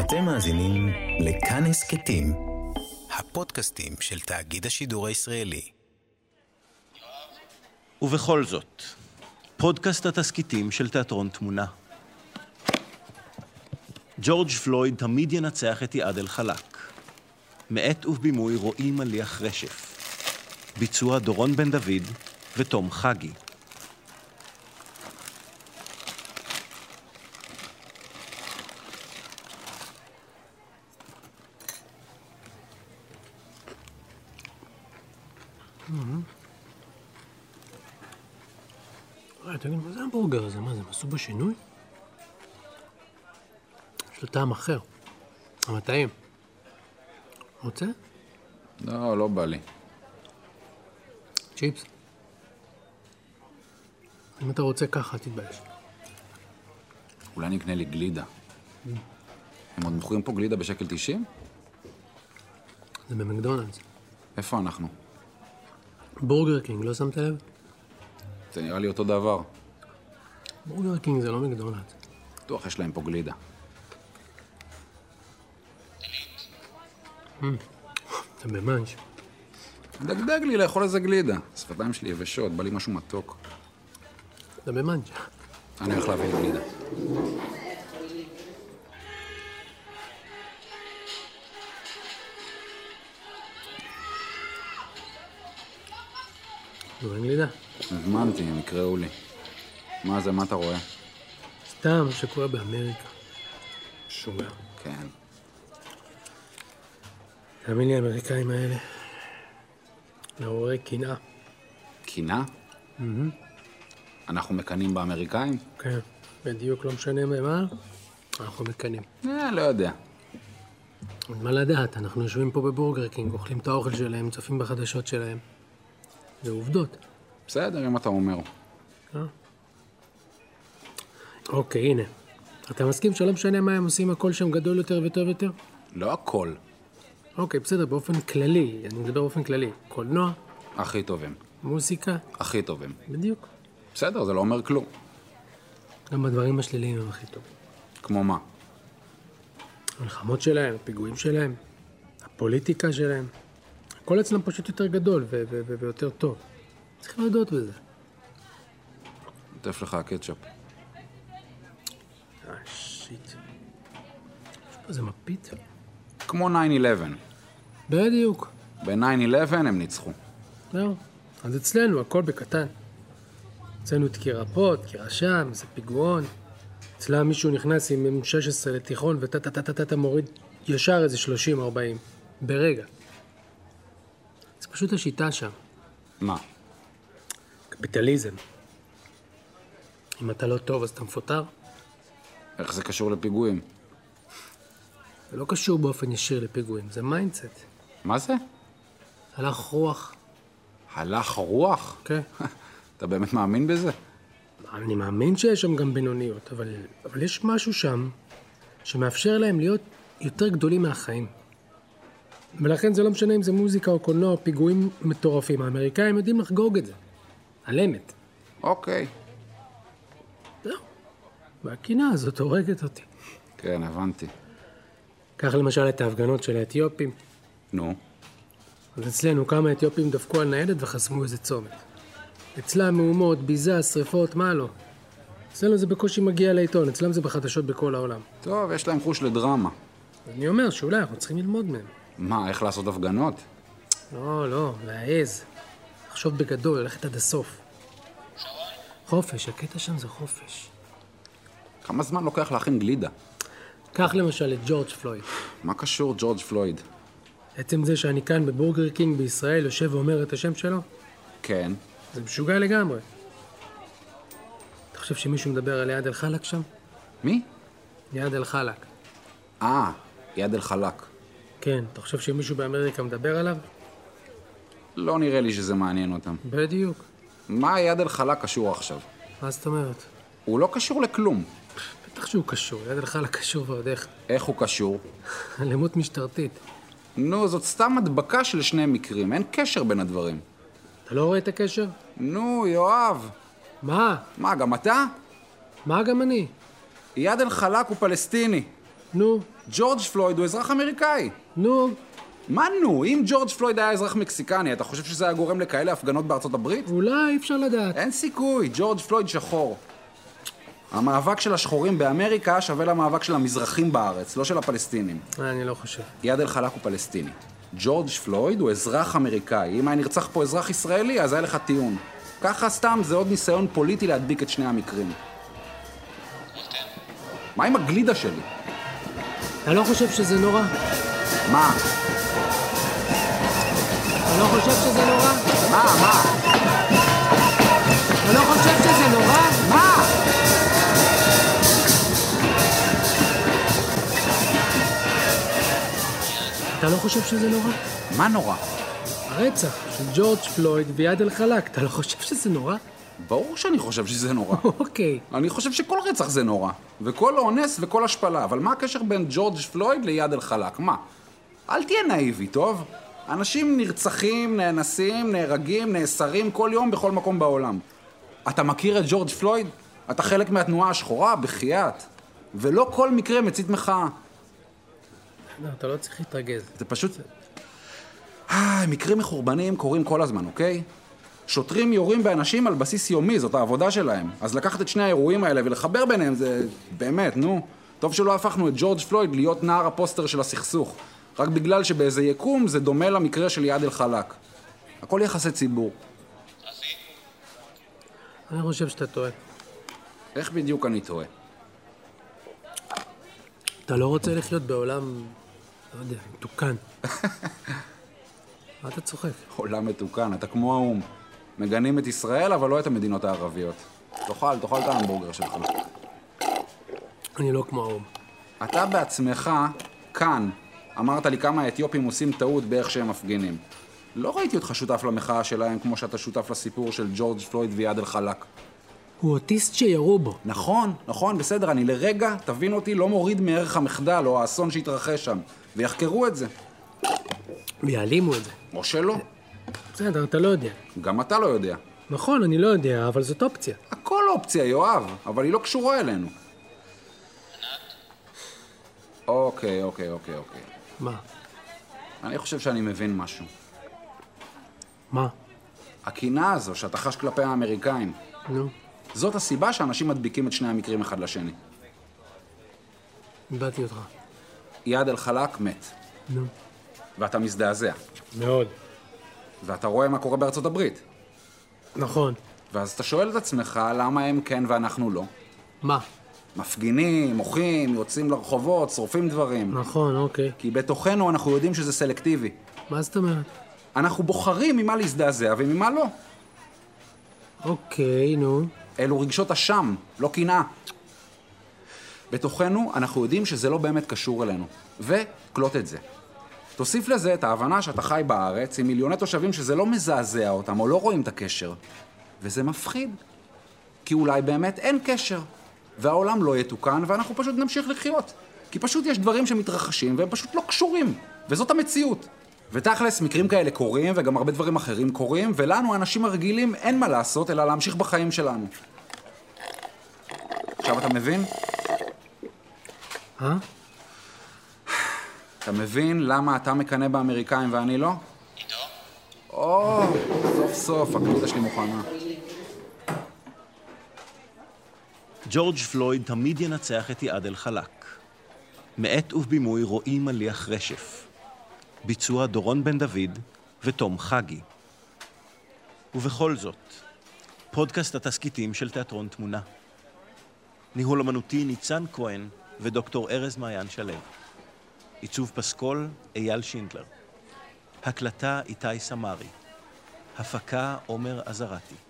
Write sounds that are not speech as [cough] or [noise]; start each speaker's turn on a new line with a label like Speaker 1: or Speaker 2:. Speaker 1: אתם מאזינים לכאן הסכתים, הפודקאסטים של תאגיד השידור הישראלי.
Speaker 2: ובכל זאת, פודקאסט התסכיתים של תיאטרון תמונה. ג'ורג' פלויד תמיד ינצח את איאד אל-חלק. מאת ובימוי רועי מליח רשף. ביצוע דורון בן דוד ותום חגי.
Speaker 3: וואי, תגיד, אה, מה זה המבורגר הזה? מה זה, הם עשו בו שינוי? יש לו טעם אחר. אבל טעים. רוצה?
Speaker 4: לא, לא בא לי.
Speaker 3: צ'יפס? אם אתה רוצה ככה, תתבייש.
Speaker 4: אולי נקנה לי גלידה. הם עוד מוכרים פה גלידה בשקל 90?
Speaker 3: זה במקדונלדס.
Speaker 4: איפה אנחנו?
Speaker 3: בורגר קינג, לא שמת לב?
Speaker 4: זה נראה לי אותו דבר.
Speaker 3: בורגר קינג זה לא מקדונלדס.
Speaker 4: בטוח יש להם פה גלידה.
Speaker 3: אתה במאנץ'.
Speaker 4: דגדג לי לאכול איזה גלידה. השפתיים שלי יבשות, בא לי משהו מתוק.
Speaker 3: אתה במאנץ'.
Speaker 4: אני הולך להביא לי גלידה.
Speaker 3: נו, אין גלידה.
Speaker 4: הזמנתי, הם יקראו לי. מה זה, מה אתה רואה?
Speaker 3: סתם מה שקורה באמריקה. שומע.
Speaker 4: כן.
Speaker 3: תאמין לי, האמריקאים האלה. מעוררי קנאה.
Speaker 4: קינה? אנחנו מקנאים באמריקאים?
Speaker 3: כן. בדיוק לא משנה ממה, אנחנו מקנאים.
Speaker 4: אה, לא יודע.
Speaker 3: אין מה לדעת, אנחנו יושבים פה בבורגר קינג, אוכלים את האוכל שלהם, צופים בחדשות שלהם. זה עובדות.
Speaker 4: בסדר, אם אתה אומר.
Speaker 3: אוקיי, הנה. אתה מסכים שלא משנה מה הם עושים, הכל שם גדול יותר וטוב יותר?
Speaker 4: לא הכל
Speaker 3: אוקיי, בסדר, באופן כללי, אני מדבר באופן כללי. קולנוע,
Speaker 4: הכי טובים.
Speaker 3: מוסיקה,
Speaker 4: הכי טובים.
Speaker 3: בדיוק.
Speaker 4: בסדר, זה לא אומר כלום.
Speaker 3: גם בדברים השליליים הם הכי טוב.
Speaker 4: כמו מה?
Speaker 3: המלחמות שלהם, הפיגועים שלהם, הפוליטיקה שלהם. הכל אצלם פשוט יותר גדול ו- ו- ו- ויותר טוב. צריך להודות בזה.
Speaker 4: נוטף לך הקטשופ.
Speaker 3: אה, שיט. יש פה איזה מפית?
Speaker 4: כמו 9-11.
Speaker 3: בדיוק.
Speaker 4: ב-9-11 הם ניצחו.
Speaker 3: זהו. אז אצלנו הכל בקטן. אצלנו דקירה פה, דקירה שם, איזה פיגועון. אצלם מישהו נכנס עם M16 לתיכון וטה טה טה טה טה טה מוריד ישר איזה 30-40. ברגע. זה פשוט השיטה שם.
Speaker 4: מה?
Speaker 3: קפיטליזם. אם אתה לא טוב אז אתה מפוטר.
Speaker 4: איך זה קשור לפיגועים?
Speaker 3: זה לא קשור באופן ישיר לפיגועים, זה מיינדסט.
Speaker 4: מה זה?
Speaker 3: הלך רוח.
Speaker 4: הלך רוח?
Speaker 3: כן.
Speaker 4: אתה באמת מאמין בזה?
Speaker 3: אני מאמין שיש שם גם בינוניות, אבל, אבל יש משהו שם שמאפשר להם להיות יותר גדולים מהחיים. ולכן זה לא משנה אם זה מוזיקה או קולנוע או פיגועים מטורפים, האמריקאים יודעים לחגוג את זה. על אמת.
Speaker 4: אוקיי.
Speaker 3: זהו. והקינה הזאת הורגת אותי.
Speaker 4: כן, הבנתי.
Speaker 3: קח למשל את ההפגנות של האתיופים.
Speaker 4: נו,
Speaker 3: אז אצלנו כמה אתיופים דפקו על ניידת וחסמו איזה צומת. אצלם מהומות, ביזה, שריפות, מה לא. אצלנו זה בקושי מגיע לעיתון, אצלם זה בחדשות בכל העולם.
Speaker 4: טוב, יש להם חוש לדרמה.
Speaker 3: אני אומר שאולי אנחנו צריכים ללמוד מהם.
Speaker 4: מה, איך לעשות הפגנות?
Speaker 3: לא, לא, להעז. לחשוב בגדול, ללכת עד הסוף. חופש, הקטע שם זה חופש.
Speaker 4: כמה זמן לוקח להכין גלידה?
Speaker 3: קח למשל את ג'ורג' פלויד.
Speaker 4: מה קשור ג'ורג' פלויד?
Speaker 3: עצם זה שאני כאן בבורגר קינג בישראל יושב ואומר את השם שלו,
Speaker 4: כן.
Speaker 3: זה משוגע לגמרי. אתה חושב שמישהו מדבר על יעד אל-חלק שם?
Speaker 4: מי?
Speaker 3: יעד אל-חלק.
Speaker 4: אה, יד אל חלק.
Speaker 3: כן, אתה חושב שמישהו באמריקה מדבר עליו?
Speaker 4: לא נראה לי שזה מעניין אותם.
Speaker 3: בדיוק.
Speaker 4: מה יד אל חלק קשור עכשיו?
Speaker 3: מה זאת אומרת?
Speaker 4: הוא לא קשור לכלום.
Speaker 3: בטח שהוא קשור, יעד אל-חלק קשור ועוד איך. [laughs]
Speaker 4: איך הוא קשור?
Speaker 3: אלימות משטרתית.
Speaker 4: נו, זאת סתם הדבקה של שני מקרים, אין קשר בין הדברים.
Speaker 3: אתה לא רואה את הקשר?
Speaker 4: נו, יואב.
Speaker 3: מה?
Speaker 4: מה, גם אתה?
Speaker 3: מה גם אני?
Speaker 4: איאד אל-חלאק הוא פלסטיני.
Speaker 3: נו,
Speaker 4: ג'ורג' פלויד הוא אזרח אמריקאי.
Speaker 3: נו,
Speaker 4: מה נו? אם ג'ורג' פלויד היה אזרח מקסיקני, אתה חושב שזה היה גורם לכאלה הפגנות בארצות הברית?
Speaker 3: אולי אי אפשר לדעת.
Speaker 4: אין סיכוי, ג'ורג' פלויד שחור. המאבק של השחורים באמריקה שווה למאבק של המזרחים בארץ, לא של הפלסטינים.
Speaker 3: אה, אני לא חושב.
Speaker 4: איאד אל-חלאק הוא פלסטיני. ג'ורג' פלויד הוא אזרח אמריקאי. אם היה נרצח פה אזרח ישראלי, אז היה לך טיעון. ככה סתם זה עוד ניסיון פוליטי להדביק את שני המקרים. מה עם הגלידה שלי?
Speaker 3: אתה לא חושב שזה נורא?
Speaker 4: מה?
Speaker 3: אתה לא חושב שזה נורא?
Speaker 4: מה? מה?
Speaker 3: אתה לא חושב שזה נורא?
Speaker 4: מה?
Speaker 3: אתה לא חושב שזה נורא?
Speaker 4: מה נורא?
Speaker 3: הרצח של ג'ורג' פלויד ואיאד אל-חלאק, אתה לא חושב שזה נורא? [laughs]
Speaker 4: ברור שאני חושב שזה נורא.
Speaker 3: אוקיי.
Speaker 4: אני חושב שכל רצח זה נורא, וכל אונס וכל השפלה, אבל מה הקשר בין ג'ורג' פלויד ליד אל-חלאק? מה? אל תהיה נאיבי, טוב? אנשים נרצחים, נאנסים, נהרגים, נאסרים כל יום בכל מקום בעולם. אתה מכיר את ג'ורג' פלויד? אתה חלק מהתנועה השחורה? בחייאת. ולא כל מקרה מצית מחאה.
Speaker 3: לא, אתה לא צריך להתרגז.
Speaker 4: זה פשוט... אה, מקרים מחורבנים קורים כל הזמן, אוקיי? שוטרים יורים באנשים על בסיס יומי, זאת העבודה שלהם. אז לקחת את שני האירועים האלה ולחבר ביניהם זה... באמת, נו. טוב שלא הפכנו את ג'ורג' פלויד להיות נער הפוסטר של הסכסוך. רק בגלל שבאיזה יקום זה דומה למקרה של יעד אל-חלאק. הכל יחסי ציבור.
Speaker 3: אני חושב שאתה טועה.
Speaker 4: איך בדיוק אני טועה? [laughs]
Speaker 3: אתה לא רוצה לחיות בעולם, לא יודע, [laughs] מתוקן. מה אתה צוחק?
Speaker 4: עולם מתוקן, אתה כמו האו"ם. מגנים את ישראל, אבל לא את המדינות הערביות. תאכל, תאכל את ההמבורגר שלך.
Speaker 3: אני לא כמו האו"ם.
Speaker 4: אתה בעצמך, כאן, אמרת לי כמה האתיופים עושים טעות באיך שהם מפגינים. לא ראיתי אותך שותף למחאה שלהם כמו שאתה שותף לסיפור של ג'ורג' פלויד ויד אל-חלאק.
Speaker 3: הוא אוטיסט שירו בו.
Speaker 4: נכון, נכון, בסדר, אני לרגע, תבין אותי, לא מוריד מערך המחדל או האסון שהתרחש שם, ויחקרו את זה.
Speaker 3: ויעלימו את זה.
Speaker 4: או שלא,
Speaker 3: בסדר, אתה לא יודע.
Speaker 4: גם אתה לא יודע.
Speaker 3: נכון, אני לא יודע, אבל זאת אופציה.
Speaker 4: הכל אופציה, יואב, אבל היא לא קשורה אלינו. אוקיי, אוקיי, אוקיי, אוקיי.
Speaker 3: מה?
Speaker 4: אני חושב שאני מבין משהו.
Speaker 3: מה?
Speaker 4: הקינה הזו שאתה חש כלפי האמריקאים,
Speaker 3: נו,
Speaker 4: זאת הסיבה שאנשים מדביקים את שני המקרים אחד לשני.
Speaker 3: איבדתי אותך.
Speaker 4: איאד אל-חלאק מת,
Speaker 3: נו.
Speaker 4: ואתה מזדעזע,
Speaker 3: מאוד.
Speaker 4: ואתה רואה מה קורה בארצות הברית,
Speaker 3: נכון.
Speaker 4: ואז אתה שואל את עצמך למה הם כן ואנחנו לא.
Speaker 3: מה?
Speaker 4: מפגינים, מוחים, יוצאים לרחובות, שורפים דברים.
Speaker 3: נכון, אוקיי.
Speaker 4: כי בתוכנו אנחנו יודעים שזה סלקטיבי.
Speaker 3: מה זאת אומרת?
Speaker 4: אנחנו בוחרים ממה להזדעזע וממה לא.
Speaker 3: אוקיי, נו.
Speaker 4: אלו רגשות אשם, לא קנאה. בתוכנו אנחנו יודעים שזה לא באמת קשור אלינו, וקלוט את זה. תוסיף לזה את ההבנה שאתה חי בארץ עם מיליוני תושבים שזה לא מזעזע אותם או לא רואים את הקשר, וזה מפחיד. כי אולי באמת אין קשר, והעולם לא יתוקן ואנחנו פשוט נמשיך לחיות. כי פשוט יש דברים שמתרחשים והם פשוט לא קשורים, וזאת המציאות. ותכלס, מקרים כאלה קורים, וגם הרבה דברים אחרים קורים, ולנו, האנשים הרגילים, אין מה לעשות, אלא להמשיך בחיים שלנו. עכשיו אתה מבין?
Speaker 3: אה?
Speaker 4: אתה מבין למה אתה מקנא באמריקאים ואני לא? או, סוף סוף, הקליטה שלי מוכנה.
Speaker 2: ג'ורג' פלויד תמיד ינצח את יעד אל-חלאק. מאת ובימוי רועי מליח רשף. ביצוע דורון בן דוד ותום חגי. ובכל זאת, פודקאסט התסכיתים של תיאטרון תמונה. ניהול אמנותי ניצן כהן ודוקטור ארז מעיין שלו. עיצוב פסקול אייל שינדלר. הקלטה איתי סמרי. הפקה עומר עזרתי.